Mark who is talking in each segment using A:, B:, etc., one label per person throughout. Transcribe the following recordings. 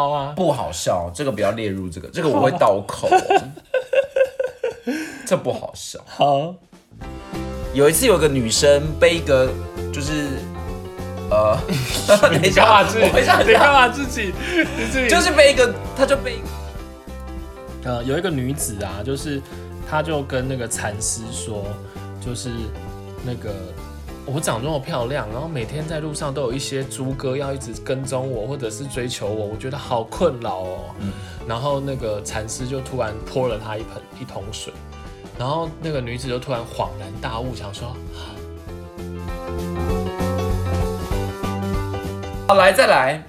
A: 好啊，
B: 不好笑，这个不要列入这个，这个我会倒口哦、 这不好笑。
A: 好，
B: 有一次有个女生背一个，就是呃， 等一
A: 你干
B: 下，
A: 嘛自己？
B: 我一下
A: 你干嘛自己？你自己
B: 就是背一个，她就背一个。
A: 呃，有一个女子啊，就是她就跟那个禅师说，就是那个我长这么漂亮，然后每天在路上都有一些猪哥要一直跟踪我，或者是追求我，我觉得好困扰哦。然后那个禅师就突然泼了她一盆一桶水，然后那个女子就突然恍然大悟，想说
B: 好，来再来，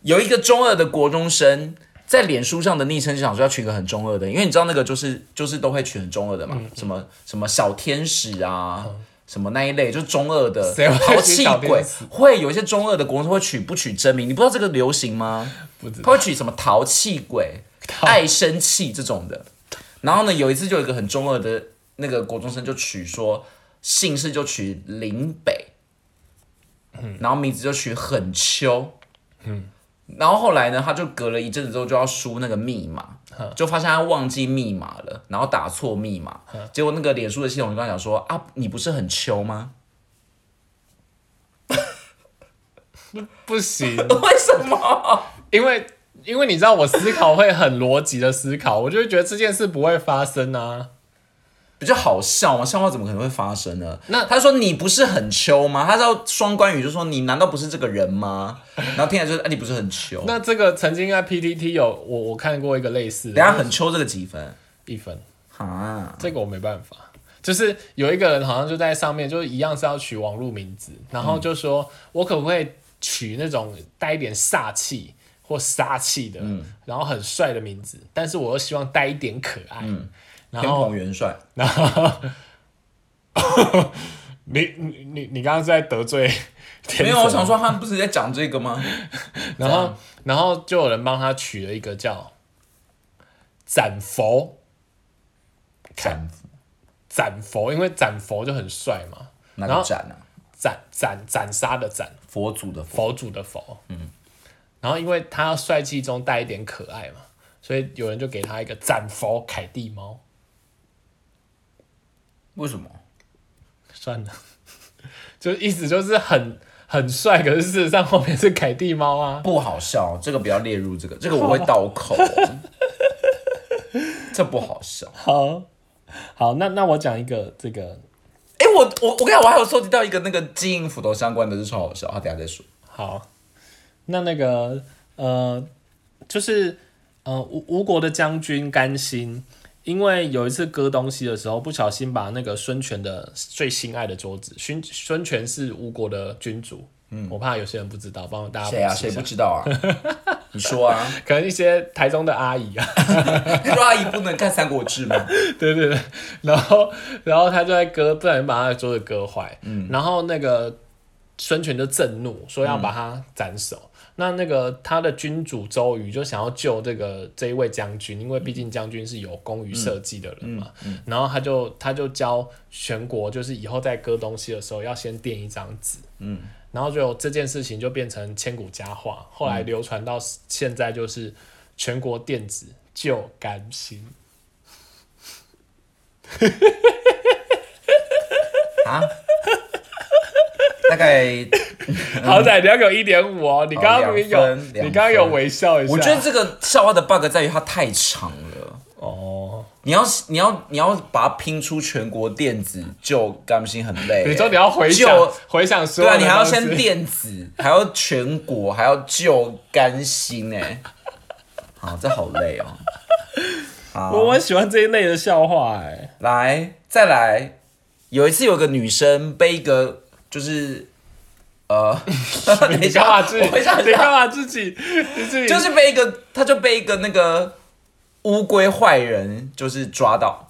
B: 有一个中二的国中生在脸书上的昵称，就想说要取一个很中二的，因为你知道那个就是就是都会取很中二的嘛，
A: 嗯
B: 什么什么小天使啊。什么那一类就是中二的
A: 谁会，取
B: 淘气
A: 小
B: 鬼
A: 天使
B: 会有一些中二的国中生会取不取真名，你不知道这个流行吗？
A: 不知
B: 他
A: 道
B: 会取什么淘气鬼、爱生气这种的。然后呢，有一次就有一个很中二的那个国中生就取说姓氏就取林北，然后名字就取很秋，
A: 嗯
B: 然后后来呢，他就隔了一阵子之后就要输那个密码，
A: 嗯
B: 就发现他忘记密码了，然后打错密码，
A: 嗯
B: 结果那个脸书的系统就跟他讲说啊，你不是很秋 吗？
A: 不行，
B: 为什么？
A: 因为因为你知道我思考会很逻辑的思考，我就会觉得这件事不会发生啊。
B: 比较好笑吗？笑话怎么可能会发生呢？
A: 那
B: 他说你不是很秋吗？他叫双关语，就说你难道不是这个人吗？然后听起来就是，哎、你不是很秋？
A: 那这个曾经在 PTT 有我我看过一个类似的，
B: 等一下很秋这个几分
A: 一分，
B: 啊？
A: 这个我没办法。就是有一个人好像就在上面，就是一样是要取网络名字，然后就说、我可不可以取那种带一点煞气或杀气的，然后很帅的名字，但是我又希望带一点可爱。然
B: 天
A: 后，
B: 蓬元帅，
A: 然后， 你你你你刚刚是在得罪天
B: 没有，
A: 神啊
B: 我想说他们不是在讲这个 吗？
A: 然后，然后就有人帮他取了一个叫“斩佛
B: 斩”，
A: 斩佛，因为斩佛就很帅嘛。
B: 那
A: 然
B: 个
A: 后
B: 斩啊？
A: 斩斩斩杀的斩，
B: 佛祖的佛，
A: 佛祖的佛。嗯。然后，因为他帅气中带一点可爱嘛，所以有人就给他一个“斩佛凯蒂猫
B: 为什么？”。
A: 算了， 就意思就是很很帅，可是事实上后面是凯蒂猫啊。
B: 不好笑，这个不要列入这个，这个我会倒 口哦、这不好笑。
A: 好，好，那那我讲一个这个
B: 哎、我我我跟你讲，我还有收集到一个那个金银斧头相关的，就超好笑。他等一下再说。
A: 好，那那个呃，就是呃吴吴国的将军甘心，因为有一次割东西的时候，不小心把那个孙权的最心爱的桌子，孙孙权是吴国的君主，嗯，我怕有些人不知道，帮大家
B: 谁啊？
A: 补习
B: 谁
A: 一下
B: 不知 道啊？你说啊？
A: 可能一些台中的阿姨啊，
B: 你说阿姨不能看《三国志》 吗？
A: 对对对，然后然后他就在割，不小心把他的桌子割坏，然后那个孙权就震怒，说要把他斩首。那那个他的君主周瑜就想要救这个这一位将军，因为毕竟将军是有功于社稷的人嘛，然后他就他就教全国，就是以后在割东西的时候要先垫一张纸，嗯，然后就这件事情就变成千古佳话，后来流传到现在就是全国垫纸救甘心。
B: 啊？大概
A: 啊 好歹你要给我一点五哦，你刚刚明明
B: 好
A: 有，
B: 两分两
A: 你刚刚有微笑一下。
B: 我觉得这个笑话的 bug 在于它太长了。
A: 哦，
B: 你要你要你要把它拼出全国电子，就甘心很累、
A: 你说你要回想
B: 就
A: 回想说，
B: 对啊，你还要先电子，还要全国，还要救甘心哎、 好，这好累哦。啊
A: 我我很喜欢这一类的笑话哎，
B: 来，再来。有一次有个女生背一个，就是呃， 等一
A: 你干
B: 下，
A: 嘛自己？
B: 我一下
A: 你干嘛自己？你自己
B: 就是被一个，他就被一个那个乌龟坏人就是抓到，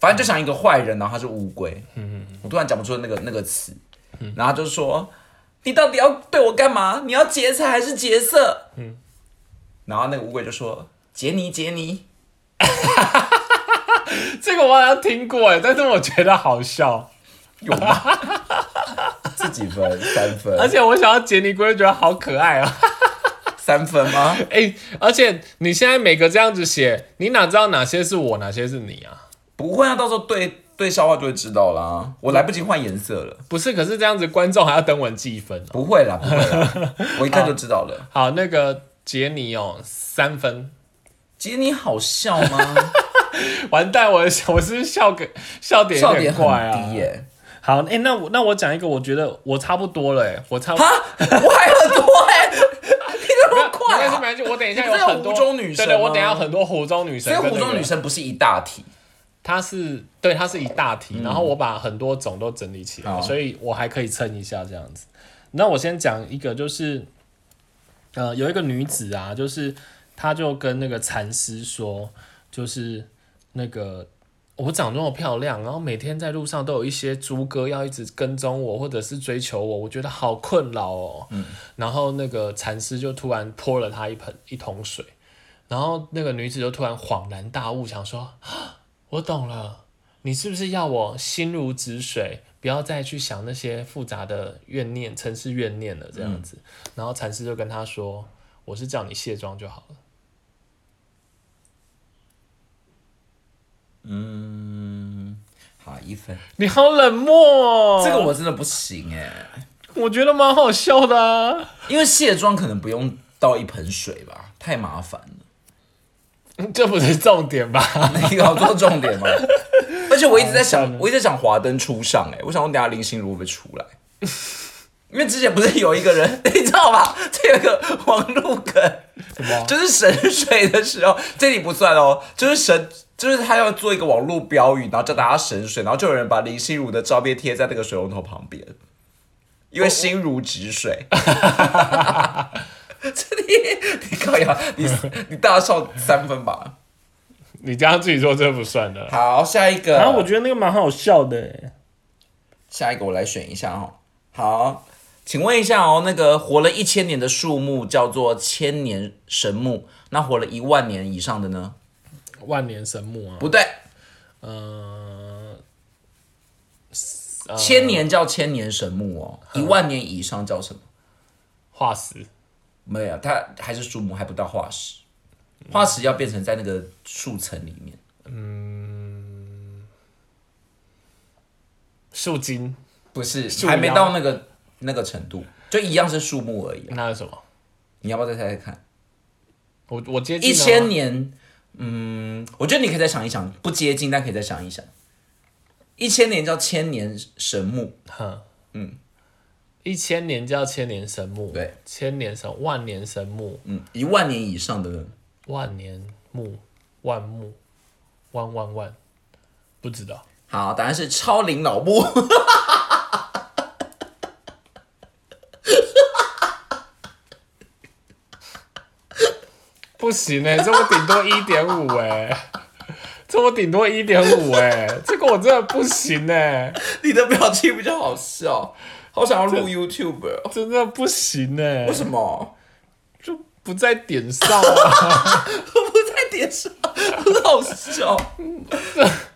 B: 反正就想一个坏人，然后他是乌龟。嗯我突然讲不出那个那个词，然后他就说：“你到底要对我干嘛？你要劫财还是劫色？”嗯，然后那个乌龟就说：“劫你劫你。
A: 这个我好像听过哎，但是我觉得好笑，”
B: 有吗？ 这几分？三分
A: 而且我想要杰尼龟，觉得好可爱啊。
B: 三分吗？
A: 哎、而且你现在每个这样子写，你哪知道哪些是我，哪些是你啊？
B: 不会啊，到时候对对笑话就会知道啦。我来不及换颜色了，
A: 不是，可是这样子观众还要等我计分哦、
B: 不会啦，不会啦，我一看就知道了。
A: 好，那个杰尼哦，三分，
B: 姐，你好笑吗？
A: 完蛋，我我是不是笑个笑点有
B: 笑点
A: 点
B: 很
A: 怪啊。
B: 低耶、
A: 好，哎、那我那我讲一个，我觉得我差不多了、哎，我差不
B: 啊，我还很多哎、你怎么快
A: 没关系，没
B: 啊？
A: 关系，我等一下
B: 你
A: 有
B: 不是有
A: 很多
B: 湖中女神
A: 对对，
B: 吗
A: 我等一下有很多湖中女
B: 所
A: 神
B: 以
A: 跟那个。
B: 湖中女神不是一大题，
A: 它是对，它是一大题，然后我把很多种都整理起来，
B: 好
A: 所以我还可以撑一下这样子。那我先讲一个，就是呃，有一个女子啊，就是她就跟那个禅师说，就是那个我长这么漂亮，然后每天在路上都有一些猪哥要一直跟踪我，或者是追求我，我觉得好困扰哦。然后那个禅师就突然泼了她一盆一桶水，然后那个女子就突然恍然大悟，想说。我懂了，你是不是要我心如止水，不要再去想那些复杂的怨念、城市怨念了？这样子，然后禅师就跟他说：“我是叫你卸妆就好了。”
B: 好一分，
A: 你嗯好冷漠哦，
B: 这个我真的不行哎、
A: 我觉得蛮好笑的啊。
B: 因为卸妆可能不用倒一盆水吧，太麻烦了。
A: 这不是重点吧？
B: 你搞错重点吗？而且我一直在想，我一直在想华灯初上哎、我想问等下林心如会不会出来？因为之前不是有一个人， 你知道吧？这有一个网路梗，
A: 么
B: 就是神水的时候，这里不算哦，就是神，就是他要做一个网络标语，然后叫大家神水，然后就有人把林心如的照片贴在那个水龙头旁边，因为心如止水。 这里你靠呀，你你大笑三分吧。
A: 你这样自己说这不算的。
B: 好，下一个，
A: 然后我觉得那个蛮好笑的欸，
B: 下一个我来选一下哦。好，请问一下哦，那个活了一千年的树木叫做千年神木，那活了一万年以上的呢？
A: 万年神木啊，
B: 不对，
A: 嗯、
B: 千年叫千年神木哦，一万年以上叫什么？
A: 化石
B: 没有，它还是树木，还不到化石。化石要变成在那个树层里面，
A: 树精，
B: 不是
A: 苗
B: 还没到那个那个程度，就一样是树木而已啊、
A: 那是什么？
B: 你要不要再猜猜看？
A: 我我接近
B: 一
A: 了吗
B: 千年，嗯，我觉得你可以再想一想，不接近，但可以再想一想。一千年叫千年神木，
A: 哼，一千年叫千年神木，
B: 对，
A: 千年神万年神木，
B: 嗯，一万年以上的呢，
A: 万年木，万木，万万万，不知道，
B: 好，答案是超龄老木。
A: 不行哎、这我顶多一点五哎， 这我顶多一点五哎，这个我真的不行哎、
B: 你的表情比较好笑，好想要录 YouTube，哦
A: 真的不行哎、
B: 为什么？
A: 就不在点上啊，
B: 我不在点上，很好笑。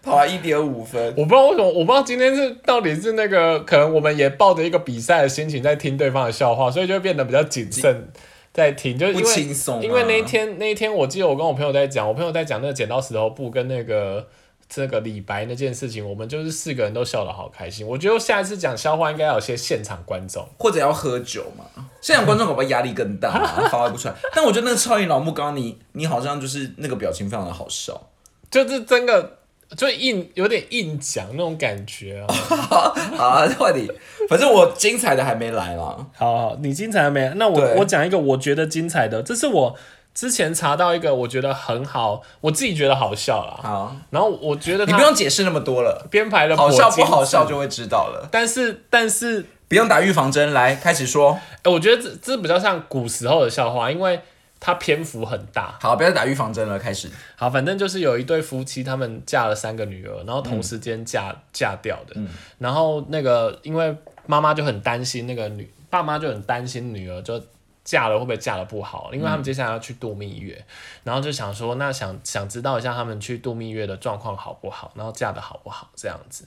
B: 好啊，一点五分。
A: 我不知道为什么，我不知道今天是到底是那个，可能我们也抱着一个比赛的心情在听对方的笑话，所以就会变得比较谨慎在听，就是因
B: 不
A: 为
B: 轻松啊
A: 因为那一天那一天，我记得我跟我朋友在讲，我朋友在讲那个剪刀石头布跟那个这个李白那件事情，我们就是四个人都笑得好开心。我觉得下一次讲笑话应该要有些现场观众，
B: 或者要喝酒嘛。现在观众恐怕压力更大、啊，发挥不出来。但我觉得那个超龄老木，刚刚你你好像就是那个表情非常的好笑。
A: 就是真的就硬有点硬讲那种感觉啊。
B: 好啊，换你，反正我精彩的还没来啦。
A: 好好，你精彩了没？那我
B: 对
A: 我讲一个我觉得精彩的，这是我之前查到一个我觉得很好，我自己觉得好笑啦。
B: 好，
A: 然后我觉得
B: 你不
A: 他
B: 用解释那么多了，
A: 编排的
B: 好笑不好笑，就会知道了。
A: 但是但是，
B: 不用打预防针，来开始说。
A: 哎、我觉得这这比较像古时候的笑话，因为它篇幅很大。
B: 好，不要再打预防针了，开始。
A: 好，反正就是有一对夫妻，他们嫁了三个女儿，然后同时间嫁、嫁掉的。然后那个因为妈妈就很担心那个女，爸妈就很担心女儿就嫁了会不会嫁的不好，因为他们接下来要去度蜜月，然后就想说，那想想知道一下他们去度蜜月的状况好不好，然后嫁的好不好这样子。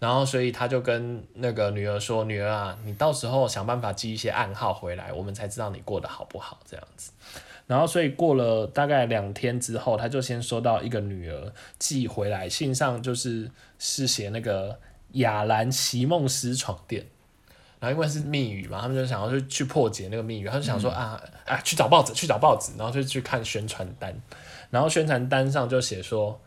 A: 然后，所以他就跟那个女儿说：“女儿啊，你到时候想办法寄一些暗号回来，我们才知道你过得好不好这样子。”然后，所以过了大概两天之后，他就先收到一个女儿寄回来，信上就是是写那个雅兰席梦思床垫。然后因为是密语嘛，他们就想要去去破解那个密语，他就想说、啊啊去找报纸，去找报纸，然后就去看宣传单，然后宣传单上就写说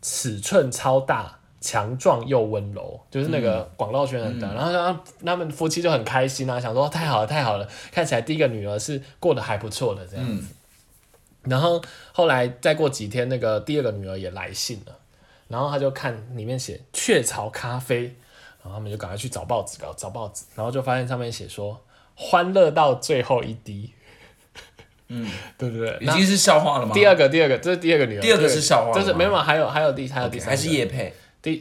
A: 尺寸超大，强壮又温柔，就是那个广告宣传单。然后他他们夫妻就很开心啊，想说太好了太好了，看起来第一个女儿是过得还不错的这样子。然后后来再过几天，那个第二个女儿也来信了，然后他就看里面写雀巢咖啡，然后他们就赶快去找报纸，搞找报纸，然后就发现上面写说欢乐到最后一滴，嗯， 对不对？
B: 已
A: 那
B: 经是笑话了吗？
A: 第二个，第二个，这是第二个女儿，
B: 哦第二个是笑话
A: 这是
B: 吗
A: 没有，还有还有第还有
B: OK，
A: 第三个，
B: 还是叶配，
A: 第，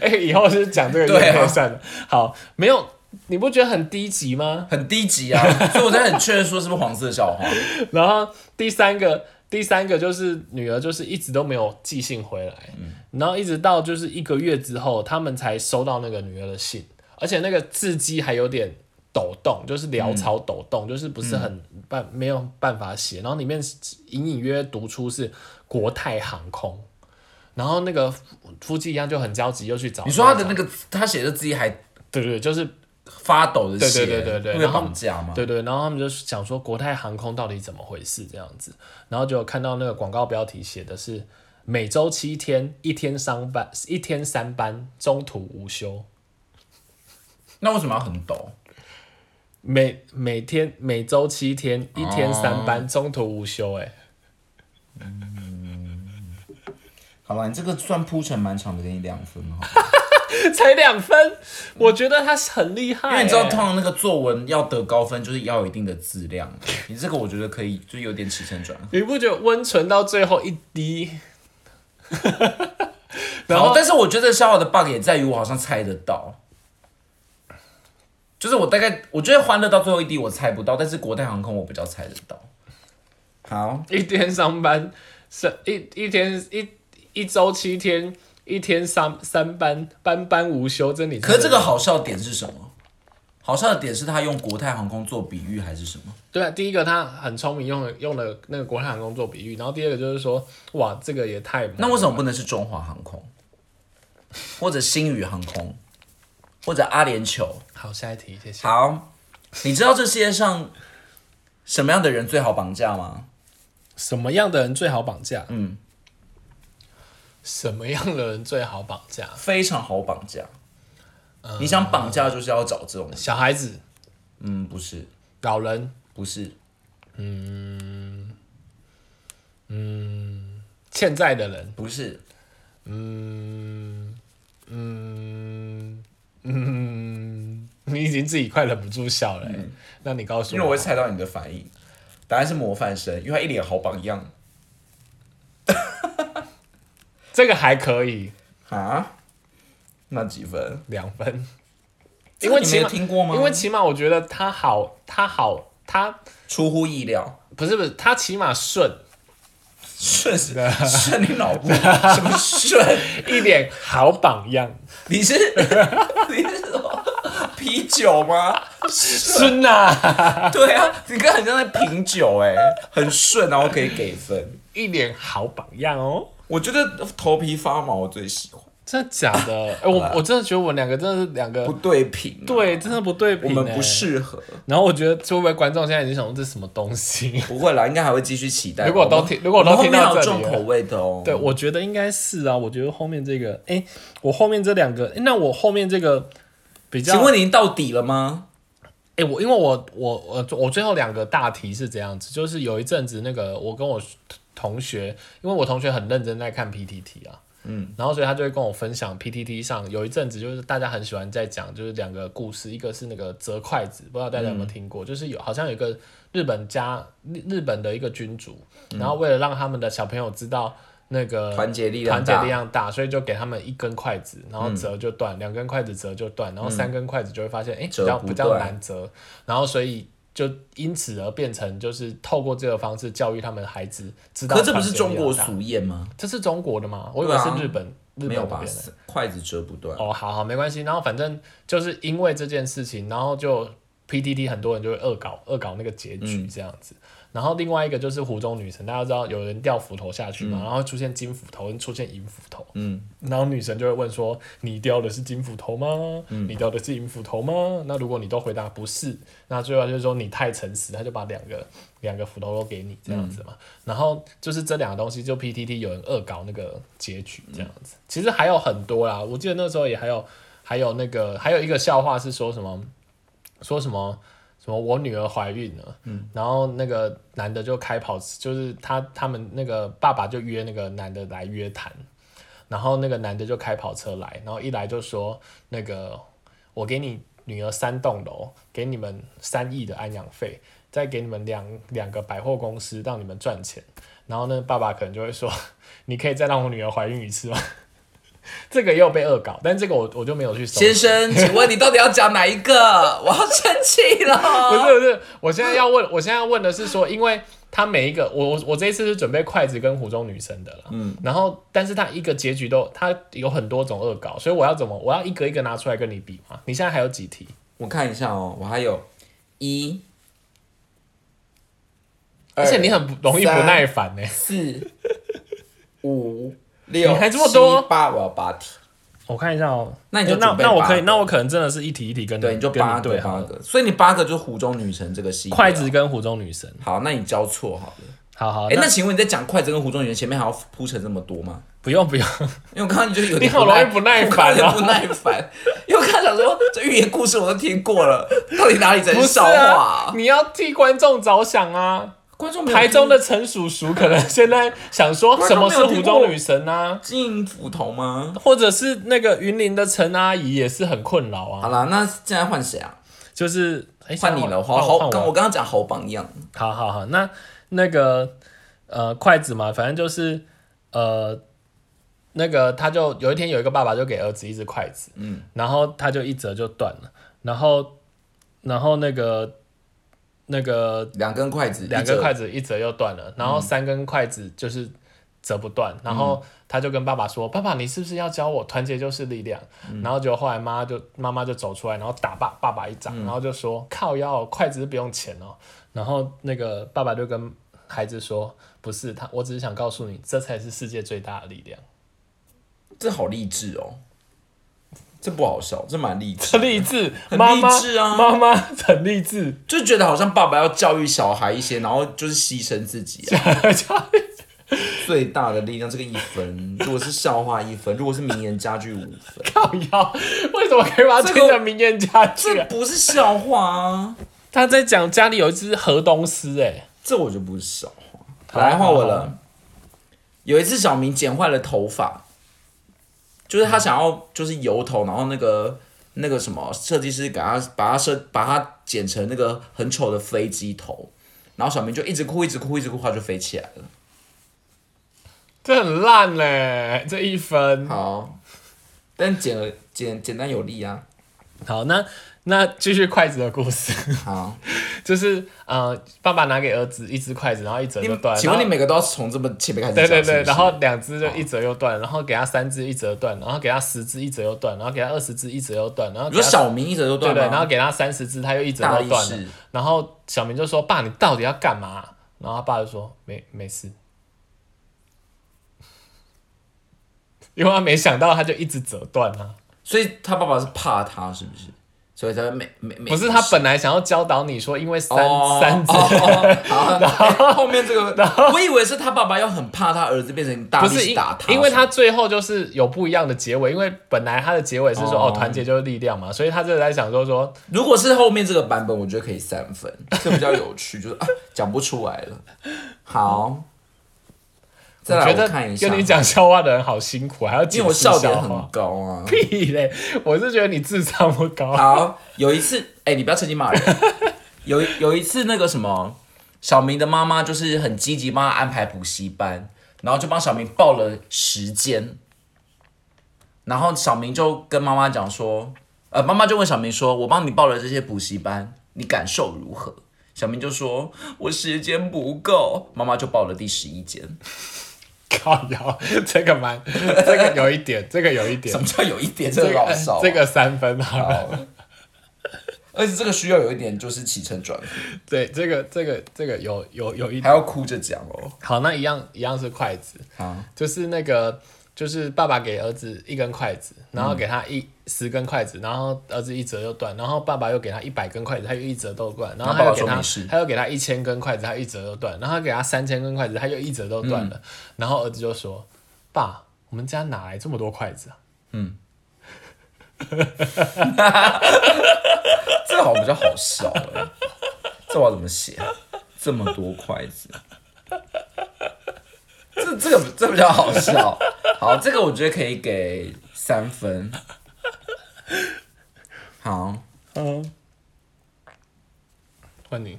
A: 哎、 以后是讲这个
B: 对
A: 也
B: 啊
A: 可以算了。好，没有，你不觉得很低级吗？
B: 很低级啊， 所以我才很确认说是不是黄色笑话。
A: 然后第三个，第三个就是女儿，就是一直都没有寄信回来，
B: 嗯
A: 然后一直到就是一个月之后，他们才收到那个女儿的信，而且那个字迹还有点抖动，就是潦
B: 嗯
A: 草抖动，就是不是很办没有办法写，然后里面隐隐约约读出是国泰航空。然后那个夫夫妻一样就很焦急，又去找
B: 你说他的
A: 找
B: 那个，他写的字己还
A: 对对，对就是
B: 发抖的写，
A: 对对对对对
B: 会被
A: 然后
B: 绑架吗？
A: 对对，然后他们就想说国泰航空到底怎么回事这样子，然后就看到那个广告标题写的是每周七天，一天上班，一天三班，中途无休，
B: 那为什么要很抖？
A: 每每天每周七天，一天三班，中途无休、欸，哎，
B: 好了，你这个算铺陈蛮长的，给你两分哦 哈。
A: 才两分，我觉得他很厉害、
B: 因为你知道，
A: 欸
B: 通常那个作文要得高分，就是要有一定的质量。你这个我觉得可以，就有点起承转合。
A: 你不觉得温存到最后一滴？然
B: 好
A: 后
B: 但是我觉得笑话的 bug 也在于我好像猜得到，就是我大概我觉得欢乐到最后一滴我猜不到，但是国泰航空我比较猜得到。好，
A: 一天上班是一一天一一周七天，一天三三班，班班无休，这你
B: 可是这个好笑点是什么？好笑的点是他用国泰航空做比喻还是什么？
A: 对啊，第一个他很聪明，用了用了那个国泰航空做比喻，然后第二个就是说，哇，这个也太
B: 那为什么不能是中华航空，或者星宇航空，或者阿联酋？
A: 好，下一题，谢谢。
B: 好，你知道这世界上什么样的人最好绑架吗？
A: 什么样的人最好绑架？嗯，什么样的人最好绑架？
B: 非常好绑架。你想绑架就是要找这种，
A: 小孩子、
B: 嗯，不是，
A: 老人、
B: 不是，
A: 欠债的人，
B: 不是，
A: 嗯嗯嗯，你已经自己快忍不住笑了欸、那你告
B: 嗯
A: 诉
B: 因为我会猜到你的反应。答案是模范生，因为他一脸好榜样
A: 这个还可以
B: 啊。那几分？
A: 两分，
B: 这
A: 因
B: 个
A: 为
B: 你
A: 起
B: 没
A: 码
B: 有听过吗？
A: 因为起码我觉得他好，他好，他
B: 出乎意料，
A: 不是不是，他起码顺，
B: 顺是顺你脑部，什么顺？
A: 一脸好榜样，
B: 你是 你是什么啤酒吗？
A: 顺啊，
B: 对啊，你刚才很像在品酒哎、很顺，然后可以给分。
A: 一脸好榜样哦。
B: 我觉得头皮发麻，我最喜欢
A: 真的假 的？哎、我我真的觉得我们两个真的是两个
B: 不对平、啊，
A: 对，真的呃不对
B: 我
A: 平、欸。
B: 们不。适合。
A: 然后我觉得会不会观众现在已经想说这是什么东西？
B: 不会啦，应该还会继续期待。
A: 如果我都
B: 我们
A: 听如果我都
B: 我们
A: 听到
B: 后面还有
A: 这里
B: 重口味的哦。
A: 对，，我觉得应该是啊。我觉得后面这个，哎、我后面这两个、哎诶那我后面这个比较，
B: 请问您到底了吗？
A: 哎、我因为我我我我最后两个大题是这样子，就是有一阵子那个我跟我同学，因为我同学很认真在看 PTT 啊，嗯，然后所以他就会跟我分享 PTT 上有一阵子就是大家很喜欢在讲就是两个故事，一个是那个折筷子，不知道大家有
B: 嗯
A: 没有听过，就是有好像有一个日本家日日本的一个君主，然后为了让他们的小朋友知道那个
B: 嗯团结力量
A: 团结
B: 大
A: 力量大，所以就给他们一根筷子，然后折就断，两根筷子折就断，然后三根筷子就会发现哎、诶比
B: 嗯折
A: 较
B: 不
A: 比较
B: 断
A: 难折，然后所以就因此而变成就是透过这个方式教育他们的孩子，知道。
B: 可这不是中国俗谚吗？
A: 这是中国的吗？我以为是日本，日
B: 没
A: 本
B: 有
A: 那
B: 吧
A: 边的。？
B: 筷子折不断。
A: 哦，好好，没关系。然后反正就是因为这件事情，然后就 PDD 很多人就会恶搞恶搞那个结局这样子。然后另外一个就是湖中女神，大家知道有人掉斧头下去嘛，然后出现金斧头，出现银斧头，嗯，然后女神就会问说：“你掉的是金斧头吗？你掉的是银斧头吗？”那如果你都回答不是，那最后就是说你太诚实，他就把两个两个斧头都给你这样子嘛。然后就是这两个东西，就 PTT 有人恶搞那个结局这样子。其实还有很多啦，我记得那时候也还有还有那个还有一个笑话是说什么说什么。什么？我女儿怀孕了，然后那个男的就开跑，就是他他们那个爸爸就约那个男的来约谈，然后那个男的就开跑车来，然后一来就说那个我给你女儿三栋楼，给你们三亿的安养费，再给你们两两个百货公司，让你们赚钱。然后呢，爸爸可能就会说， 你可以再让我女儿怀孕一次吗？ 这个也有被恶搞，但这个我我就没有去搜。
B: 先生，请问你到底要讲哪一个？ 我要生气了。
A: 不是不是，我现在要问， 我现在要问的是说，因为他每一个，我我我这一次是准备筷子跟湖中女神的了，嗯，然后但是他一个结局都，他有很多种恶搞，所以我要怎么，我要一个一个拿出来跟你比嘛？你现在还有几题？
B: 我看一下哦，我还有一
A: 而且你很不容易不
B: 哎三
A: 耐烦呢、
B: 四五六，
A: 你还这么多
B: 七八，我要八题。
A: 我看一下哦、
B: 那你就
A: 那
B: 准备
A: 那我
B: 八
A: 可以，
B: 个
A: 那我可能真的是一题一题跟
B: 对，你就
A: 跟
B: 八
A: 对
B: 个
A: 好
B: 八
A: 了
B: 个，所以你八个就是湖中女神这个系列啊
A: 筷子。跟湖中女神，
B: 好，那你交错好了。
A: 好好，
B: 哎、
A: 那
B: 那请问你在讲筷子跟湖中女神前面还要铺陈这么多吗？
A: 不用不用，
B: 因为我刚刚就有点
A: 你好容易不耐烦
B: 我刚
A: 哦
B: 刚有点不耐烦。因为我刚刚想说，这寓言故事我都听过了，到底哪里在
A: 不是
B: 笑话
A: 啊？，你要替观众着想啊。
B: 观众没有
A: 台
B: 听
A: 中的陈叔叔可能现在想说什么是湖中女神啊，
B: 金斧头吗？
A: 或者是那个云林的陈阿姨也是很困扰
B: 好
A: 啊，
B: 啦，那现在换谁啊？
A: 就是哎
B: 换你了，
A: 换
B: 好
A: 我
B: 好，
A: 换
B: 跟我
A: 我，
B: 刚刚讲好榜样。
A: 好好好，那那个呃筷子嘛，反正就是呃。那个他就有一天有一个爸爸就给儿子一只筷子，嗯，然后他就一折就断了，然后然后那个那个
B: 两根筷子，
A: 两根筷
B: 子，
A: 子一折又嗯断了，然后三根筷子就是折不断，然后他就跟爸爸说：“爸爸，你是不是要教我团结就是力量？”然后结果后来妈就妈妈就走出来，然后打爸爸爸一掌，然后就说：“靠腰哦，筷子是不用钱哦。”然后那个爸爸就跟孩子说：“不是他，我只是想告诉你，这才是世界最大的力量。
B: 这好励志哦，这不好笑，这蛮励”志
A: 很，励志，
B: 很
A: 妈妈
B: 励志啊
A: 妈妈很励志，
B: 就觉得好像爸爸要教育小孩一些，然后就是牺牲自己、 啊。最大的力量，这个一分，如果是笑话一分，如果是名言佳句五分，
A: 靠腰，为什么可以把它推成名言佳句
B: 这
A: 啊？
B: 不是笑话啊，
A: 他在讲家里有一只河东狮、哎。
B: 这我就不是笑话。
A: 好
B: 来换我
A: 好
B: 了，有一次小明剪坏了头发，就是他想要就是油头，然后那个那个什么设计师给他把他设把他剪成那个很丑的飞机头，然后小明就一直哭一直哭一直哭，他就飞起来了。
A: 这很烂嘞，
B: 欸
A: 这一分。
B: 好，但简而简简单有力啊。
A: 好，那那继续筷子的故事，
B: 好，
A: 就是呃，爸爸拿给儿子一只筷子，然后一折就断了。
B: 请问你
A: 然后
B: 每个都要从这么前面开始
A: 对
B: 讲？是
A: 对
B: 不
A: 对，
B: 是
A: 然后两只就一折又断，然后给他三只一折断，然后给他十只一折又断，然后给他二十只一折又断，然后
B: 你
A: 给
B: 说
A: 他
B: 小明一直都
A: 对
B: 断
A: 对，
B: 吗？
A: 然后给他三十只，他又一折
B: 大
A: 又
B: 力
A: 断了
B: 士。
A: 然后小明就说：“爸，你到底要干嘛？”然后他爸就说：“没没事。”因为他没想到，他就一直折断啊了、
B: 所以他爸爸是怕他是不是？所以才会每每每
A: 不是他本来想要教导你说，因为三、
B: 哦
A: 三只，
B: 哦好哎后面这个，我以为是他爸爸要很怕他儿子变成大
A: 不
B: 力
A: 是
B: 士
A: 因
B: 打他，
A: 因为他最后就是有不一样的结尾，因为本来他的结尾是说
B: 哦
A: 哦团结就是力量嘛，所以他就在想说说
B: 如果是后面这个版本，我觉得可以三分，这比较有趣，就是啊讲不出来了。好，再来
A: 觉
B: 我
A: 得
B: 看一下，
A: 跟你讲笑话的人好辛苦，还要解
B: 因为我
A: 释笑
B: 笑点很
A: 话。
B: 高啊。
A: 屁嘞！我是觉得你智商不高。啊
B: 好，有一次，哎、你不要趁机骂人。有有一次，那个什么，小明的妈妈就是很积极帮他安排补习班，然后就帮小明报了时间。然后小明就跟妈妈讲说，呃，妈妈就问小明说：“我帮你报了这些补习班，你感受如何？”小明就说：“我时间不够。”妈妈就报了第十一间。
A: 靠腰，这个蛮，这个有一点，这个有一点
B: 什，么叫有一点？这
A: 这
B: 个老
A: 个
B: 少啊、
A: 这个三分好了，
B: 好，而且这个需要有一点就是起承转合，
A: 对，这个这个这个有有有一
B: 还要哭着讲哦。
A: 好，那一样一样是筷子，
B: 好，
A: 就是那个就是爸爸给儿子一根筷子，然后给他
B: 嗯
A: 一十、根筷子，然后儿子一折就断，然后爸爸又给他一百根筷子，他又一折都断，然
B: 然后
A: 后他
B: 爸
A: 又
B: 爸
A: 给
B: 说
A: 他
B: 没事
A: 他又给他一千根筷子，他一折就断，然后他给他三千根筷子，他又一折都断了，然后儿子就说：“爸，我们家哪来这么多筷子啊
B: 这好像比较好笑哎，这我要怎么写？这么多筷子，这这个这比较好笑。好，这个我觉得可以给三分。好，？”
A: 嗯，问你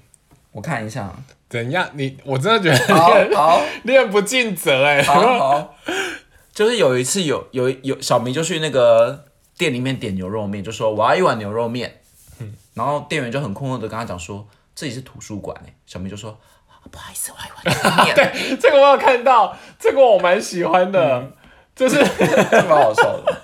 B: 我看一下。
A: 怎样？你我真的觉得
B: 好
A: 练
B: 好
A: 练不尽责哎、
B: 好好， 就是有一次有有有小明就去那个店里面点牛肉面，就说我要一碗牛肉面，然后店员就很困惑的跟他讲说这里是图书馆欸小明就说不好意思，我要一碗牛肉面，
A: 对， 这个我有看到，这个我蛮喜欢的，就是
B: 这蛮好笑的。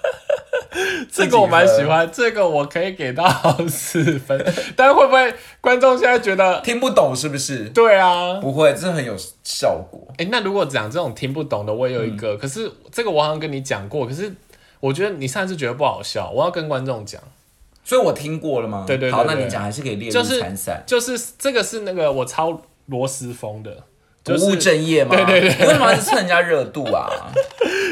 A: 这个我蛮喜欢，这个我可以给到四 分，但是会不会观众现在觉得
B: 听不懂是不是？
A: 对啊？
B: 不会，这很有效果。
A: 哎、那如果讲这种听不懂的，我也有一个，可是这个我好像跟你讲过，可是我觉得你上次觉得不好笑，我要跟观众讲，
B: 所以我听过了吗？
A: 对对对
B: 好，那
A: 对
B: 你讲还是可以列
A: 就
B: 入
A: 是
B: 参赛。
A: 就是这个是那个我抄罗斯风的，
B: 不
A: 就
B: 务
A: 是
B: 正业吗？对对对，为什么要去蹭人家热度 啊？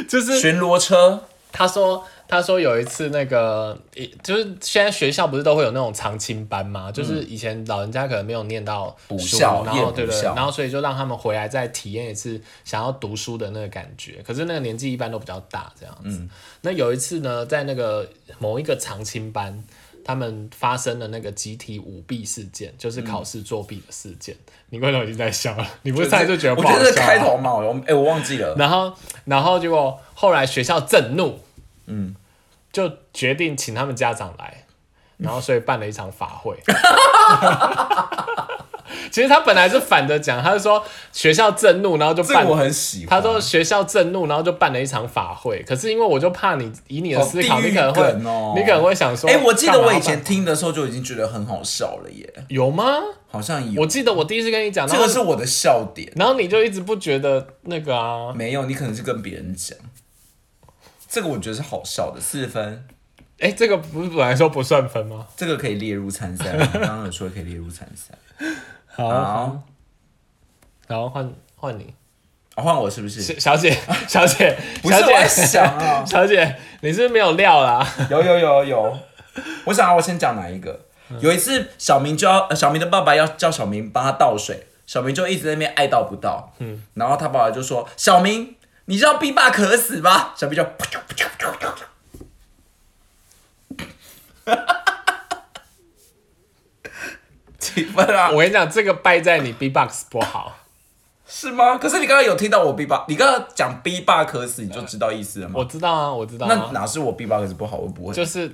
A: 就是
B: 巡逻车，
A: 他说，他说有一次那个，一就是现在学校不是都会有那种常青班吗？就是以前老人家可能没有念到
B: 嗯补
A: 书
B: 校
A: 然
B: 夜
A: 后
B: 补
A: 对对，
B: 校
A: 然后所以就让他们回来再体验一次想要读书的那个感觉。可是那个年纪一般都比较大这样子。
B: 嗯
A: 那有一次呢，在那个某一个常青班。他们发生了那个集体舞弊事件，
B: 嗯
A: 就是考试作弊的事件。你为什么已经在笑 了？你不是才就觉
B: 我
A: 得不好
B: 觉
A: 笑、啊
B: 得这开头嘛，我哎、我忘记了。
A: 然后，然后结果后来学校震怒，嗯，就决定请他们家长来，然后所以办了一场法 会。其实他本来是反着讲，他是说学校震怒，然后就
B: 这
A: 办
B: 个我。很喜
A: 他
B: 欢。
A: 说学校震怒，然后就办了一场法会。可是因为我就怕你以你的
B: 哦
A: 思考，
B: 地狱
A: 你可能会
B: 梗哦，
A: 你可能会想说，
B: 哎、我记得
A: 干嘛
B: 我
A: 要
B: 以
A: 办
B: 前听的时候就已经觉得很好笑了耶，
A: 有吗？
B: 好像有。
A: 我记得我第一次跟你讲，
B: 这
A: 然后
B: 个是我的笑点，
A: 然后你就一直不觉得那个啊，
B: 没有，你可能是跟别人讲。这个我觉得是好笑的，四分，
A: 哎、这个不是本来说不算分吗？
B: 这个可以列入参赛吗。刚刚有说可以列入参赛。
A: 好，
B: 好，
A: 然后换换你。
B: 啊换我是不是？
A: 小 小姐，小姐，
B: 不是
A: 小
B: 我在
A: 姐，
B: 想啊，
A: 小姐，你是不是没有料啦？
B: 有有有有，我想啊，我先讲哪一个？有一次，小明就要、呃小明的爸爸要叫小明帮他倒水，小明就一直在那边爱倒不倒，嗯，然后他爸爸就说：“小明，你知道 B 爸渴死吗？”小明就， 几分啊？
A: 我跟你讲，这个败在你 B box 不好。
B: 是吗？可是你刚刚有听到我 B 爸，你刚刚讲 B 爸渴死，你就知道意思了吗？
A: 我知道啊，我知道
B: 那
A: 啊，
B: 哪是我 B 爸渴死不好？我不会，
A: 就是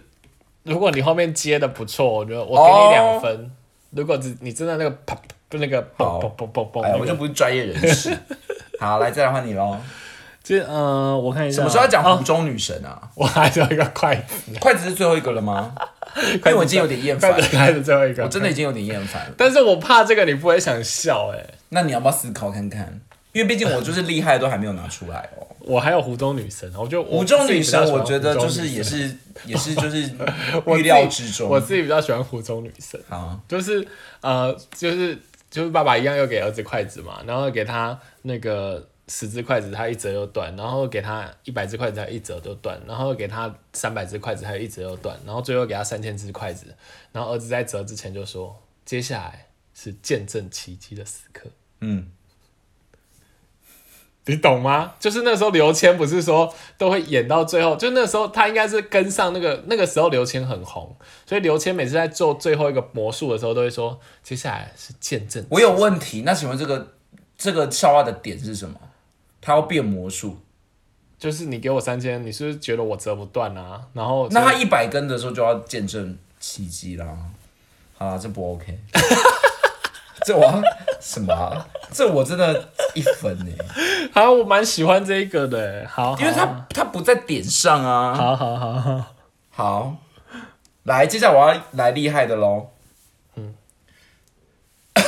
A: 如果你后面接的不错，我觉得
B: 哦
A: 我给你两分。如果只你真的那个啪，不那个
B: 好
A: 嘣嘣嘣嘣嘣，
B: 哎呀，
A: 那
B: 我就
A: 个
B: 不是专业人士。 好，来，再来换你喽。
A: 就嗯，我看一下，
B: 什么时候要讲湖中女神啊？
A: 我还有一个 筷子，
B: 筷子是最后一个了 吗？因为我已经有点厌烦
A: 筷，子筷子最后一
B: 我
A: 个，
B: 真的已经有点厌烦了。
A: 但是我怕这个你不会想笑哎，
B: 那你要不要思考看看？因为毕竟我就是厉害都还没有拿出来哦。
A: 我还有湖中女神，我就
B: 湖中女神，我觉得就是也是也是 就是预料之中
A: 我。自己比较喜欢湖中女神。
B: 好，
A: 就是呃，就是就是爸爸一样又给儿子筷子嘛，然后给他那个十只筷子，他一折又断，然后给他一百只筷子，他一折就断，然后给他三百只筷子，他一折又断，然后最后给他三千只筷子，然后儿子在折之前就说，接下来是见证奇迹的时刻。
B: 嗯，
A: 你懂吗？就是那时候刘谦不是说都会演到最后，就那时候他应该是跟上那个那个时候刘谦很红，所以刘谦每次在做最后一个魔术的时候都会说，接下来是见证。
B: 我有问题。那请问这个这个笑话的点是什么？他要变魔术，
A: 就是你给我三千，你是不是觉得我折不断啊？然后
B: 那他一百根的时候就要见证奇迹啦。好啦，这不 OK。 这我要什么啊、这我真的一分呢、
A: 啊，我蛮喜欢这一个的，好，好
B: 因为他他不在点上啊。
A: 好好好好，
B: 好，来，接下来我要来厉害的喽。嗯，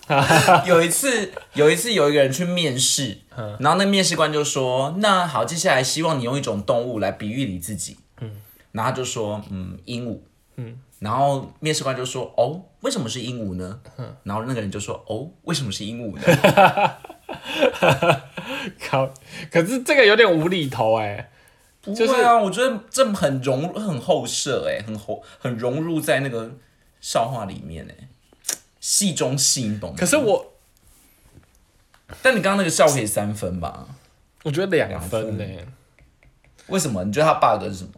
B: 有一次，有一次有一个人去面试，然后那面试官就说：“那好，接下来希望你用一种动物来比喻你自己。”嗯，然后他就说：“嗯，鹦鹉。”嗯，然后面试官就说：“哦，为什么是鹦鹉呢？”然后那个人就说：“哦，为什么是鹦鹉呢？”
A: 靠，可是这个有点无厘头哎，
B: 不会啊，我觉得这很融很后设哎、很厚很融入在那个笑话里面哎、戏中戏，你懂吗
A: 可？是我
B: 但你刚刚那个笑可以三分吧？
A: 我觉得两分欸呢，
B: 为什么？你觉得他 bug 是什么？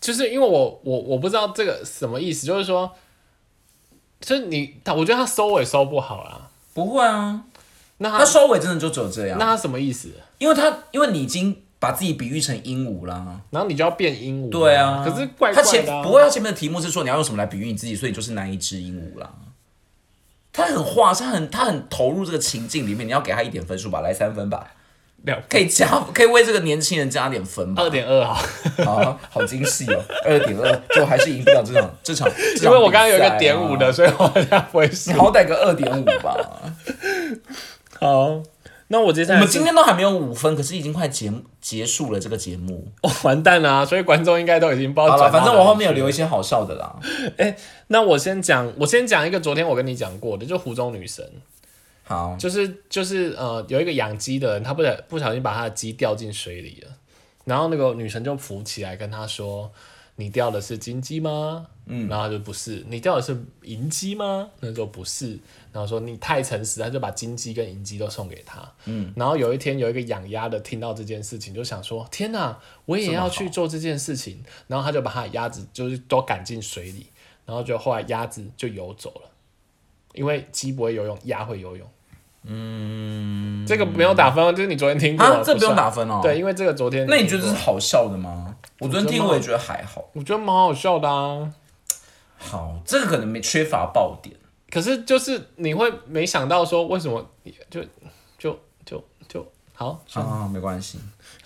A: 就是因为我我我不知道这个什么意思，就是说，就是你他，我觉得他收尾收不好啦，
B: 不会啊，
A: 那
B: 他
A: 他
B: 收尾真的就只有这样
A: 那，他什么意思？
B: 因为他因为你已经把自己比喻成鹦鹉啦。
A: 然后你就要变鹦鹉，
B: 对啊，
A: 可是怪
B: 他
A: 怪
B: 前
A: 的啊，
B: 不过他前面的题目是说你要用什么来比喻你自己，所以就是那一只鹦鹉啦。他很化，他很他很投入这个情境里面，你要给他一点分数吧，来三分吧。
A: 两
B: 可以加，可以为这个年轻人加点分吧
A: 二。点二好，
B: 啊，好精细哦，二点二，就还是赢不了这场这场。
A: 因为我刚刚有一个点五
B: 五
A: 的，，所以我好像不会输
B: 你。啊好歹个二点五吧。
A: 好，那我接下
B: 我
A: 来
B: 们
A: 是
B: 今天都还没有五分，可是已经快节目结束了这个节目。呃
A: 哦完蛋啦、所以观众应该都已经不知
B: 好
A: 道
B: 了，
A: 转到
B: 反正
A: 哪
B: 我
A: 里
B: 后面有
A: 去
B: 留一些好笑的啦。
A: 那我先讲，我先讲一个昨天我跟你讲过的，就湖中女神，
B: 好，
A: 就是就是呃，有一个养鸡的人，他不小不小心把他的鸡掉进水里了，然后那个女神就浮起来跟他说：“你掉的是金鸡吗？”嗯，然后他就不是，你掉的是银鸡吗？那说不是，然后说你太诚实，他就把金鸡跟银鸡都送给他。嗯，然后有一天有一个养鸭的听到这件事情，就想说：“天哪，我也要去做这件事
B: 嗯
A: 情。”然后他就把他的鸭子就是都赶进水里，然后就后来鸭子就游走了。因为鸡不会游泳，鸭会游泳。嗯，这个没有打分哦，就是你昨天听过
B: 啊
A: 的，，
B: 这不用
A: 算
B: 打。分哦。
A: 对，，因为这个昨天
B: 那你觉
A: 听
B: 得
A: 过
B: 这是好笑的吗？我昨天听我也觉得还好。
A: 我觉得蛮好笑的啊。
B: 好，这个可能没缺乏爆点。
A: 可是就是你会没想到说为什么就就就就好，
B: 啊，没关系，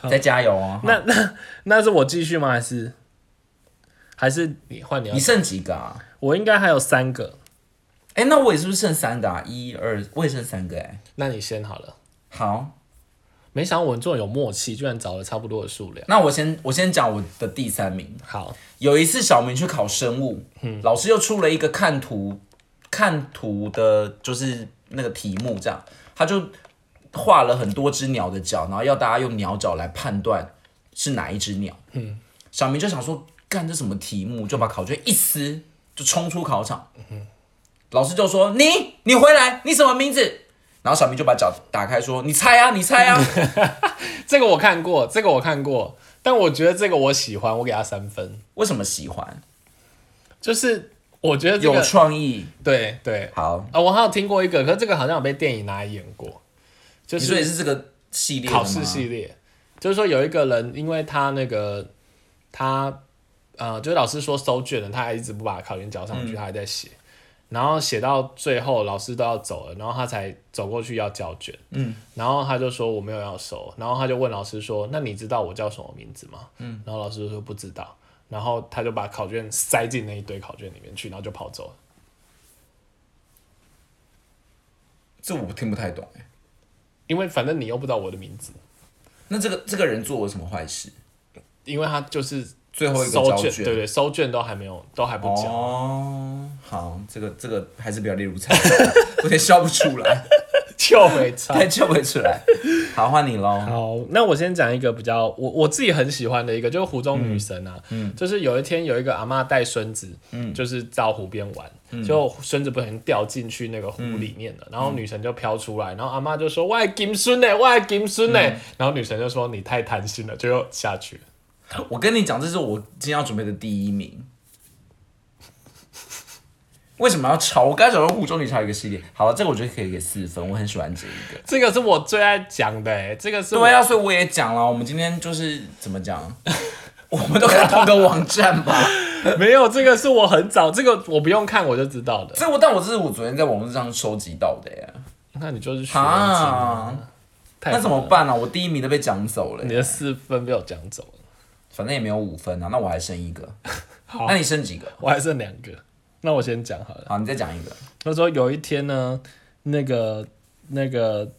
B: 再加油啊！
A: 那那那是我继续吗？还是还是你换你要
B: 你？剩几个啊？
A: 我应该还有三个，
B: 哎、那我也是不是剩三个啊？一二，我也剩三个哎、
A: 那你先好了。
B: 好，
A: 没想到我们这么有默契，居然找了差不多的数量。
B: 那我先我先讲我的第三名。
A: 好，
B: 有一次小明去考生物，
A: 嗯
B: 老师又出了一个看图看图的，就是那个题目这样，他就画了很多只鸟的脚，然后要大家用鸟脚来判断是哪一只鸟。嗯，小明就想说，干这什么题目，就把考卷一撕，就冲出考场。
A: 嗯
B: 老师就说：“你，你回来，你什么名字？”然后小明就把脚打开，说：“你猜啊，你猜啊。”
A: 这个我看过，这个我看过，但我觉得这个我喜欢，我给他三分。
B: 为什么喜欢？
A: 就是我觉得这
B: 有
A: 个
B: 创意。
A: 对对
B: 好，
A: 啊，我还有听过一个，可是这个好像有被电影拿来演过，就
B: 你说也
A: 是
B: 是这个系列的吗
A: 考试系列，就是说有一个人，因为他那个他呃，就是老师说收卷了，他还一直不把考卷交
B: 嗯
A: 上去，他还在写，然后写到最后老师都要走了，然后他才走过去要交卷，嗯，然后他就说我没有要收，然后他就问老师说，那你知道我叫什么名字吗？嗯，然后老师就说不知道，然后他就把考卷塞进那一堆考卷里面去，然后就跑走了。
B: 这我听不太懂哎。
A: 因为反正你又不知道我的名字，
B: 那这个这个人做了什么坏事？
A: 因为他就是
B: 最后一个
A: 收
B: 交
A: 卷，
B: 卷
A: 对对，收卷都还没有，都还不交。
B: 哦，好，这个这个还是不要列入菜单，啊 我有点笑不出来，
A: 就没差。
B: 太笑不出来。好，换你喽。
A: 好，那我先讲一个比较我我自己很喜欢的一个，就是湖中女神啊，就是有一天有一个阿嬷带孙子，就是到湖边玩，就孙子不小心掉进去那个湖里面了，然后女神就飘出来，然后阿嬷就说：“喂，金孙呢？喂，金孙呢？”然后女神就说：“你太贪心了，就又下去了。
B: 我跟你讲，这是我今天要准备的第一名。为什么要抄？我刚才讲到湖中女抄一个系列，好了，这个我觉得可以给四分，我很喜欢这一个。
A: 这个是
B: 啊
A: 我最爱讲的、欸，这个是我
B: 对啊，所以我也讲了，我们今天就是怎么讲， 我们都看同个网站吧？
A: 没有，这个是我很早，这个我不用看我就知道的。
B: 这我，但我这是我昨天在网络上收集到的耶。
A: 那你就是学啊，
B: 啊，
A: 太
B: 那怎么
A: 好了？
B: 办呢、啊？我第一名都被讲走了耶，
A: 你的四分被我讲走了，
B: 反正也没有五分啊，那我还剩一 个。
A: 好
B: 那你剩几个？
A: 我还剩两个。那我先讲好了。
B: 好，你再讲一个。
A: 他说有一天呢，那个那个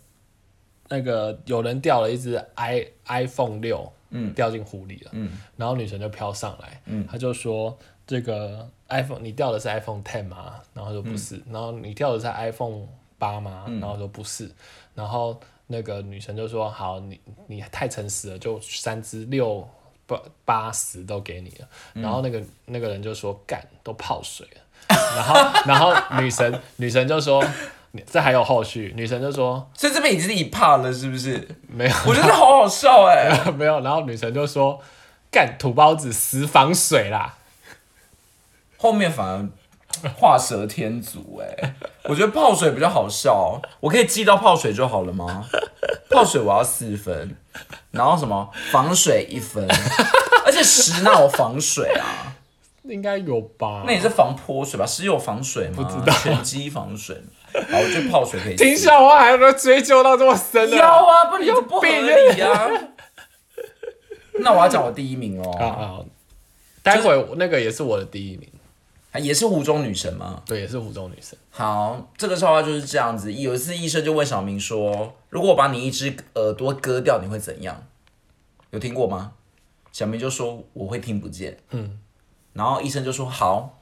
A: 那个有人掉了一只 i iPhone 六，嗯，掉进湖里了，嗯，然后女神就飘上来，嗯，她就说这个 iPhone 你掉的是 iPhone Ten 吗？然后说不是，然后你掉的是 iPhone 八吗？然后说不是，然后那个女神就说好，你你太诚实了，就三只六。八八十都给你了，然后那个、那个人就说干都泡水了，然后然后女神女神就说，你这还有后续，女神就说
B: 所以这边已经是一帕了，是不 是？
A: 没有
B: 我觉得好好笑哎、
A: 没有，然后女神就说干土包子死防水啦，
B: 后面反而画蛇添足哎、我觉得泡水比较好笑，我可以记到泡水就好了吗？泡水我要四分，然后什么防水一 分，而且十哪有防水啊？
A: 应该有吧？
B: 那也是防泼水吧？十有防水吗？不知道，拳击防水。好，我觉得泡水可以。
A: 听笑话还能追究到这么深的？
B: 要啊，不然就不合
A: 病
B: 理啊。 那我要讲我第一名哦。
A: 啊啊！待会我那个也是我的第一名，
B: 啊也是湖中女神吗？
A: 对，也是湖州女神。
B: 好，这个笑话就是这样子。有一次，医生就问小明说：“如果我把你一只耳朵割掉，你会怎样？”有听过吗？小明就说：“我会听不见。”嗯，然后医生就说：“好，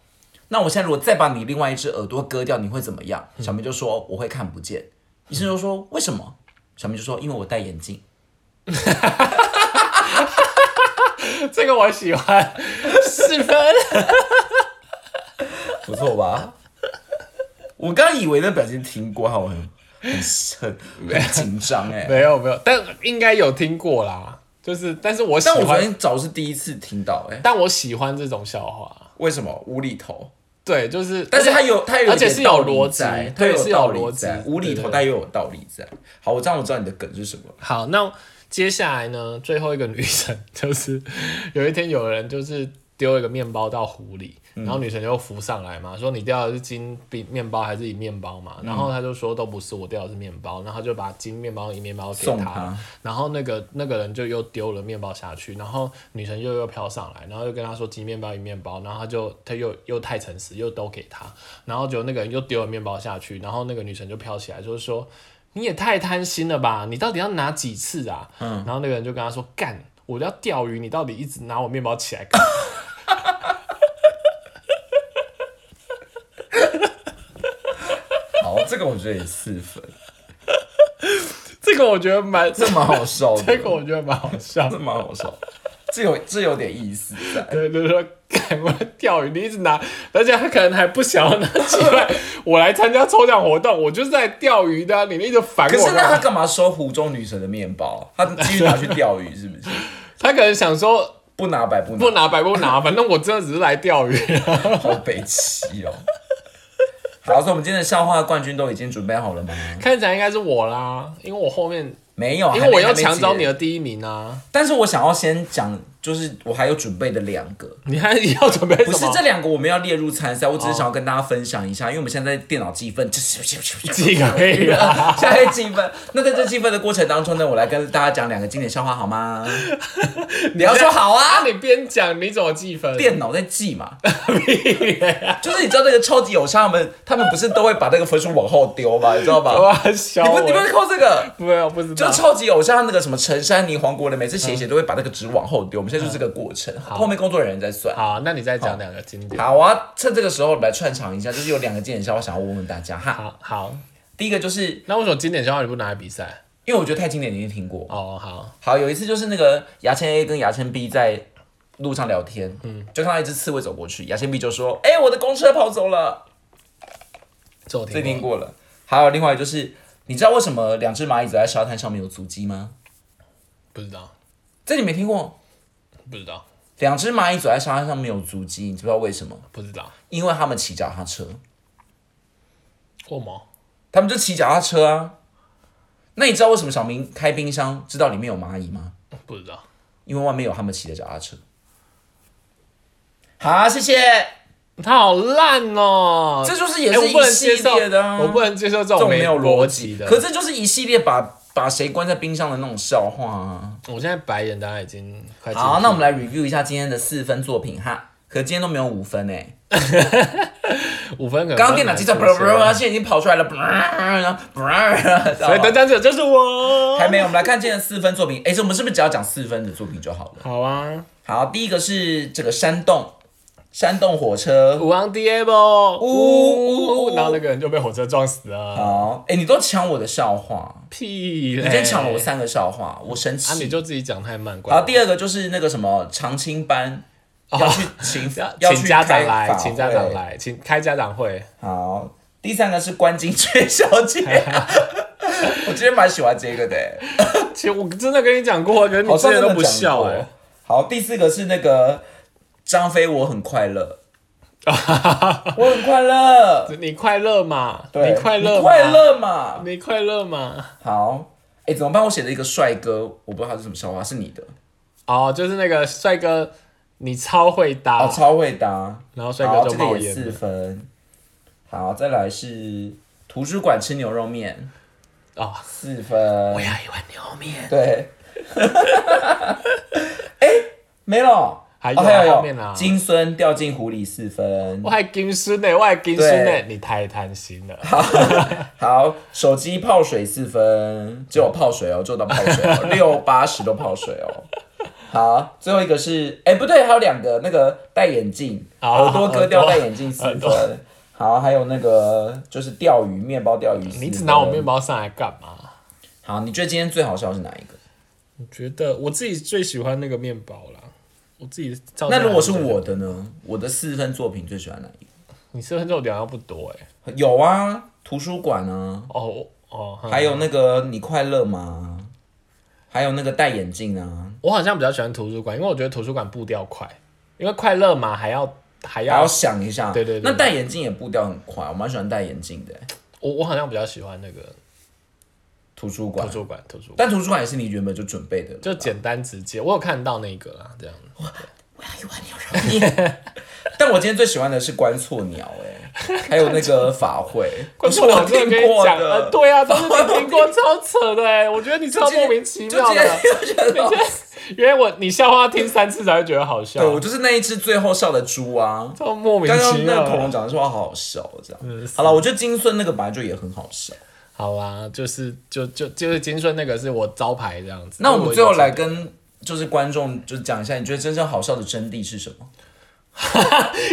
B: 那我现在如果再把你另外一只耳朵割掉，你会怎么样？”
A: 嗯
B: 小明就说：“我会看不见。”医生就说：“为什么？”小明就说：“因为我戴眼镜。
A: 这个我喜欢，四分。”
B: 不错吧？ 我刚以为那表情听过，我很很很很紧张哎、
A: 没有没有，但应该有听过啦，就是但是我喜
B: 但我昨
A: 欢，
B: 天早是第一次听到哎、
A: 但我喜欢这种笑话。
B: 为什么无厘头？
A: 对，就是，
B: 但是它有它有一点
A: 而且是有
B: 道理
A: 逻辑
B: 在它
A: 对
B: 有
A: 是有
B: 道理
A: 逻辑
B: 在无厘
A: 对
B: 头
A: 对
B: 但又有道理在。好，我这样我知道你的梗是什么了。
A: 好，那接下来呢，最后一个女神就是有一天有人就是丢一个面包到湖里，然后女神就浮上来嘛，说你掉的是金币面包还是银面包嘛？然后她就说都不是，我掉的是面包，然后她就把金面包、银面包给
B: 送
A: 她
B: 她，
A: 然后那个那个人就又丢了面包下去，然后女神又又飘上来，然后又跟她说金面包、银面包，然后她就她又又太诚实，又都给她，然后就那个人又丢了面包下去，然后那个女神就飘起来，就是说。你也太贪心了吧！你到底要拿几次啊？嗯，然后那个人就跟他说：“干，我要钓鱼，你到底一直拿我面包起来干嘛？”
B: 好，这个我觉得也四分，
A: 这个我觉得蛮，
B: 这蛮好笑的，
A: 这 个我觉得蛮好笑啊
B: 这。蛮好笑，这有这有点意思 在。
A: 对，就是说，干我要钓鱼，你一直拿，而且他可能还不想要拿起来。我来参加抽奖活动，我就是在钓鱼的啊、你一直烦
B: 可
A: 我
B: 是那
A: 干
B: 他
A: 嘛。
B: 干嘛收湖中女神的面包？他继续拿去钓鱼是不 是？
A: 他可能想说，
B: 不拿白不拿
A: 不，拿白不拿，反正我真的只是来钓鱼。啊
B: 好北齐哦。 好，所以我们今天的笑话冠军都已经准备好了吗？
A: 看起来应该是我啦，因为我后面，
B: 没有，
A: 因
B: 哦还
A: 为
B: 没
A: 我要
B: 还没
A: 抢走
B: 结
A: 你的第一名啊！
B: 但是我想要先讲，就是我还有准备的两个，
A: 你还要准备什
B: 不
A: 么？
B: 是这两个我们要列入参赛，我只是想要跟大家分享一下，因为我们现在在电脑计分，
A: 几个以啊？
B: 现在在计分。那在这计分的过程当中呢，我来跟大家讲两个经典笑话好吗？ 你要说好啊，
A: 那你边讲你怎么计分？
B: 电脑在记嘛，就是你知道那个超级友商，他们他们不是都会把那个分数往后丢吗？你知道吧？
A: 哇，小
B: 你
A: 我
B: 不你不是扣这个，
A: 没有不知
B: 就
A: 道
B: 是。超级偶像那个什么陈珊妮、黄国伦，每次写一写都会把那个纸往后丢。我们现在就是这个过程，后面工作人员在算。
A: 好，那你再讲两个经典。
B: 好，我要趁这个时候来串场一下，就是有两个经典笑话想要问问大家哈。
A: 好好，
B: 第一个就是
A: 那为什么经典笑话你不拿来比赛？
B: 因为我觉得太经典，你一定听过。
A: 哦，好，
B: 好，有一次就是那个牙签 A 跟牙签 B 在路上聊天，嗯，就看到一只刺猬走过去，牙签 B 就说：“哎、我的公车跑走了。
A: 这我”
B: 这听
A: 听过。
B: 过了。还有另外就是，你知道为什么两只蚂蚁走在沙滩上面有足迹吗？
A: 不知道，
B: 这你没听过？
A: 不知道，
B: 两只蚂蚁走在沙滩上面有足迹，你知不知道为什么？
A: 不知道。
B: 因为他们骑脚踏车，
A: 过毛？
B: 他们就骑脚踏车啊。那你知道为什么小明开冰箱知道里面有蚂蚁吗？
A: 不知道。
B: 因为外面有他们骑的脚踏车。好，谢谢。
A: 他好烂哦、
B: 这就是也
A: 哎
B: 是
A: 我不
B: 一
A: 能
B: 系
A: 接受
B: 列的、啊，
A: 我不能接受
B: 这
A: 这种
B: 种
A: 没
B: 没有
A: 逻
B: 逻
A: 辑的。
B: 可这就是一系列把把谁关在冰箱的那种笑话啊。
A: 我现在白眼大家已经快进去
B: 好，那我们来 review 一下今天的四分作品哈。可今天都没有五分哎、
A: 五分可能
B: 刚刚电脑机在
A: 不
B: 啵啵啵，现在已经跑出来了，啵然后啵，
A: 所以
B: 然后
A: 得奖者就是我。
B: 还没有。我们来看今天的四分作品，哎、这我们是不是只要讲四分的作品就好了？
A: 好啊，
B: 好，第一个是这个山洞，山洞火车。
A: 武王 Diablo，
B: 呜
A: 呜呜，然后那个人就被火车撞死了。
B: 好，哎、你都抢我的笑话，
A: 屁嘞！
B: 你今天抢了我三个笑话，我生
A: 哎啊！你
B: 气。
A: 就自己讲太慢，怪
B: 然
A: 我
B: 后第二个就是那个什么长青班。要去 请要
A: 哦请
B: 去
A: 家
B: 开
A: 长来，
B: 法
A: 请家长
B: 会。
A: 来，请开家长会。
B: 好，第三个是关金雀小姐， 我今天蛮喜欢这个的、欸，
A: 其实我真的跟你讲过，可是你
B: 好
A: 之
B: 像
A: 前
B: 真
A: 都
B: 的
A: 不笑哎、
B: 哎。好，第四个是那个张飞，我很快乐，我很快乐，
A: 哎 你快乐嘛？
B: 对，
A: 你快乐，
B: 你快，乐嘛。
A: 你快乐嘛？
B: 好，哎、怎么办？我写了一个帅哥，我不知道他是什么笑话，是你的，
A: 哦，就是那个帅哥，你超会搭，
B: 哦，超会答。
A: 然后帅
B: 好，
A: 哥就
B: 这个
A: 冒
B: 也
A: 烟
B: 四
A: 了。
B: 分。好，再来是图书馆吃牛肉面，
A: 哦，
B: 四分。
A: 我要一碗牛肉面。
B: 对， 哎、没了，
A: 还有
B: 哦、还
A: 后面啊
B: 金孙掉进湖里四分
A: 我。还金丝呢，我还金丝呢
B: 对，
A: 你太贪心 了。
B: 好，手机泡水四分，只有泡水哦，就到泡水 哦，六八十都泡水哦。好，最后一个是，哎、不对，还有两个，那个戴眼镜，
A: 啊
B: 耳朵割
A: 耳
B: 掉
A: 朵
B: 戴眼镜四分。好，还有那个就是钓鱼，面包钓鱼四分。
A: 你只拿我面包上来干嘛？
B: 好，你觉得今天最好笑是哪一个？
A: 我觉得我自己最喜欢那个面包啦，我自己照
B: 那如果是
A: 相还觉
B: 我
A: 得，
B: 的呢？我的四分作品最喜欢哪一
A: 你身份证量要不多哎、
B: 个？有啊，图书馆啊。
A: 哦哦，哼
B: 还有那个你快乐吗？还有那个戴眼镜啊，
A: 我好像比较喜欢图书馆，因为我觉得图书馆步调快，因为快乐嘛，还要还
B: 还要
A: 要
B: 想一下。
A: 对对对
B: 那戴眼镜也步调很快，我蛮喜欢戴眼镜的。
A: 我我好像比较喜欢那个
B: 图书馆
A: 图，书馆图书馆，
B: 但图书馆也是你原本就准备的了。
A: 就简单直接，我有看到那个啦，这样
B: 我要一碗牛肉面。 但我今天最喜欢的是关错鸟、 哎，还有那个法会，
A: 关注我
B: 我
A: 真
B: 听
A: 的跟你
B: 过
A: 讲，
B: 的
A: 呃，。对啊，都是你听过超扯的哎，我觉得你超莫名其
B: 就
A: 妙
B: 今天
A: 的，
B: 就觉得，
A: 因为我你笑话听三次才会觉得好笑
B: 对，我就是那一只最后笑的猪啊。
A: 超莫名
B: 刚
A: 其
B: 刚那
A: 妙
B: 个恐龙
A: 的。嗯
B: 讲的说话好好笑，这样。好了，我觉得金孙那个本来就也很好笑。
A: 好啦，就是就就就是金顺那个是我招牌这样子。
B: 那我们最后来
A: 个
B: 跟就是观众就讲一下，你觉得真正好笑的真谛是什么？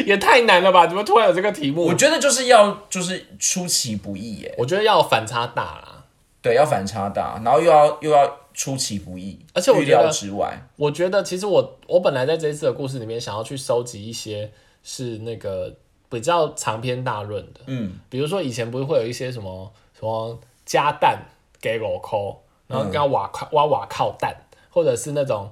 A: 也太难了吧？怎么突然有这个题目？
B: 我
A: 我
B: 觉得就是要就是出其不意耶，
A: 我觉得要反差大啦。
B: 对，要反差大，然后又要又要出其不意，
A: 而且我
B: 预
A: 觉得
B: 料之外。
A: 我觉得其实我我本来在这一次的故事里面想要去收集一些是那个比较长篇大论的，
B: 嗯，
A: 比如说以前不是会有一些什么什么加蛋给我扣，然后
B: 嗯
A: 跟瓦靠挖瓦靠蛋，或者是那种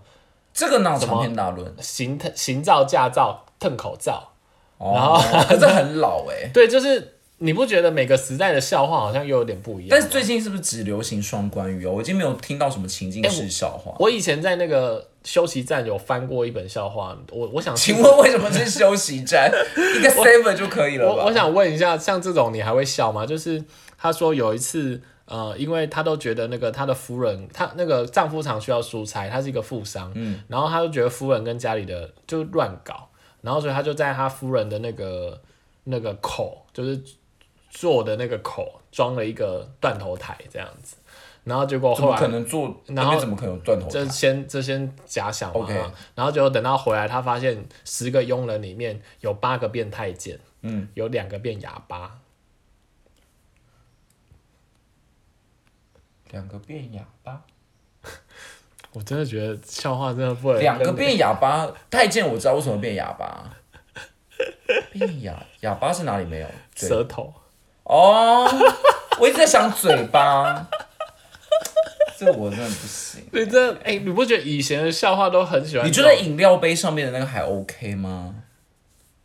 B: 这个哪有长篇 大论？
A: 行特行照驾照腾口罩，
B: 然后哦可是很老哎，
A: 对，就是你不觉得每个时代的笑话好像又有点不一样？
B: 但是最近是不是只流行双关语哦？我已经没有听到什么情境式笑话。
A: 哎我以前在那个休息站有翻过一本笑话，我我想
B: 请问为什么是休息 站？一个 seven 就可以了
A: 我我
B: 吧？
A: 想问一下，像这种你还会笑吗？就是他说有一次，呃，因为他都觉得那个他的夫人，他那个丈夫常需要蔬菜，他是一个富商，嗯，然后他就觉得夫人跟家里的就乱搞，然后所以他就在他夫人的那个那个口，就是做的那个口装了一个断头台这样子，然后结果
B: 怎
A: 后
B: 么
A: 来
B: 可能做？
A: 然
B: 那
A: 后
B: 边怎么可能有断头台
A: 这？先这先假想嘛
B: OK
A: 然后结果等到回来，他发现十个佣人里面有八个变太监，嗯，有两个变哑巴，
B: 两个变哑巴。
A: 我真的觉得笑话真的不能
B: 两个
A: 跟
B: 变哑巴，太监我知道为什么变哑巴，变哑哑巴是哪里没有？嘴
A: 舌头，
B: 哦，我一直在想嘴巴，这我真的不行。
A: 你这哎、你不觉得以前的笑话都很喜 欢
B: 你
A: 这
B: 觉
A: 种？
B: 得饮料杯上面的那个还 OK 吗？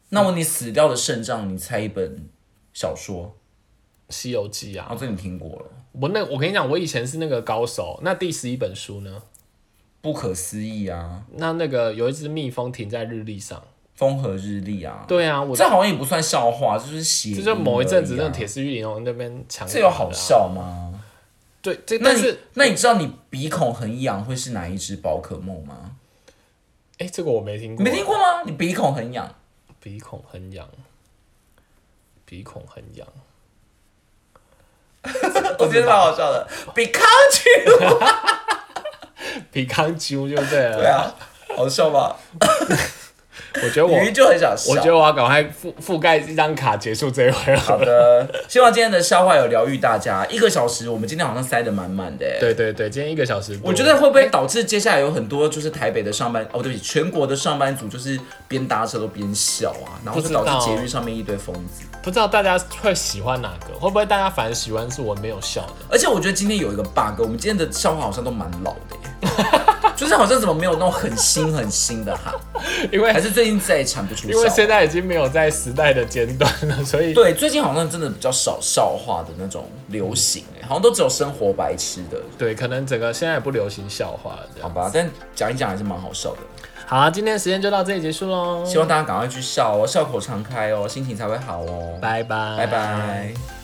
B: 那我你死掉的肾脏，你猜一本小说，
A: 《西游记》
B: 哦，
A: 啊？
B: 这你听过了，
A: 我那我跟你讲，我以前是那个高手。那第十一本书呢？
B: 不可思议啊！
A: 那那个有一只蜜蜂停在日历上，
B: 风和日丽啊。
A: 对啊，我
B: 这好像也不算笑话，就是谐音而
A: 这
B: 已啊、
A: 就某一阵子那个铁丝玉玲哦珑那边强，
B: 这有好。笑吗？
A: 啊对，这
B: 那
A: 但
B: 你
A: 是
B: 那你知道你鼻孔很痒会是哪一只宝可梦吗？
A: 哎，这个我没听
B: 你
A: 过，
B: 没听过吗？你鼻孔很痒，
A: 鼻孔很痒，鼻孔很痒。
B: 我觉得蛮好笑的。Pikachu，
A: 皮康啾就对了。
B: 对啊，好笑吧？
A: 我觉得我，
B: 鱼就很想笑。
A: 我觉得我要赶快覆覆盖一张卡结束这一回
B: 好
A: 了。
B: 的，希望今天的笑话有疗愈大家。一个小时，我们今天好像塞得满满的、欸。，
A: 对对对，今天一个小时多，
B: 我觉得会不会导致接下来有很多就是台北的上班哦，对不起，全国的上班族就是边搭车都边笑啊，然后就导
A: 不
B: 致
A: 知道
B: 节日上面一堆疯子。
A: 不知道大家会喜欢哪个，会不会大家反而喜欢是我没有笑的？
B: 而且我觉得今天有一个 bug，我们今天的笑话好像都蛮老的、 欸，就是好像怎么没有那种很新很新的哈，
A: 因为
B: 还是最近再也产不出
A: 因为
B: 笑话
A: 现。在已经没有在时代的尖端了，所以
B: 对，最近好像真的比较少笑话的那种流行、欸，好像都只有生活白痴的，
A: 对，可能整个现在也不流行笑话了。这
B: 好
A: 样
B: 吧？但讲一讲还是蛮好笑的。
A: 好、啊，今天时间就到这里结束喽，
B: 希望大家赶快去笑哦，笑口常开哦，心情才会好哦。
A: 拜拜，
B: 拜拜。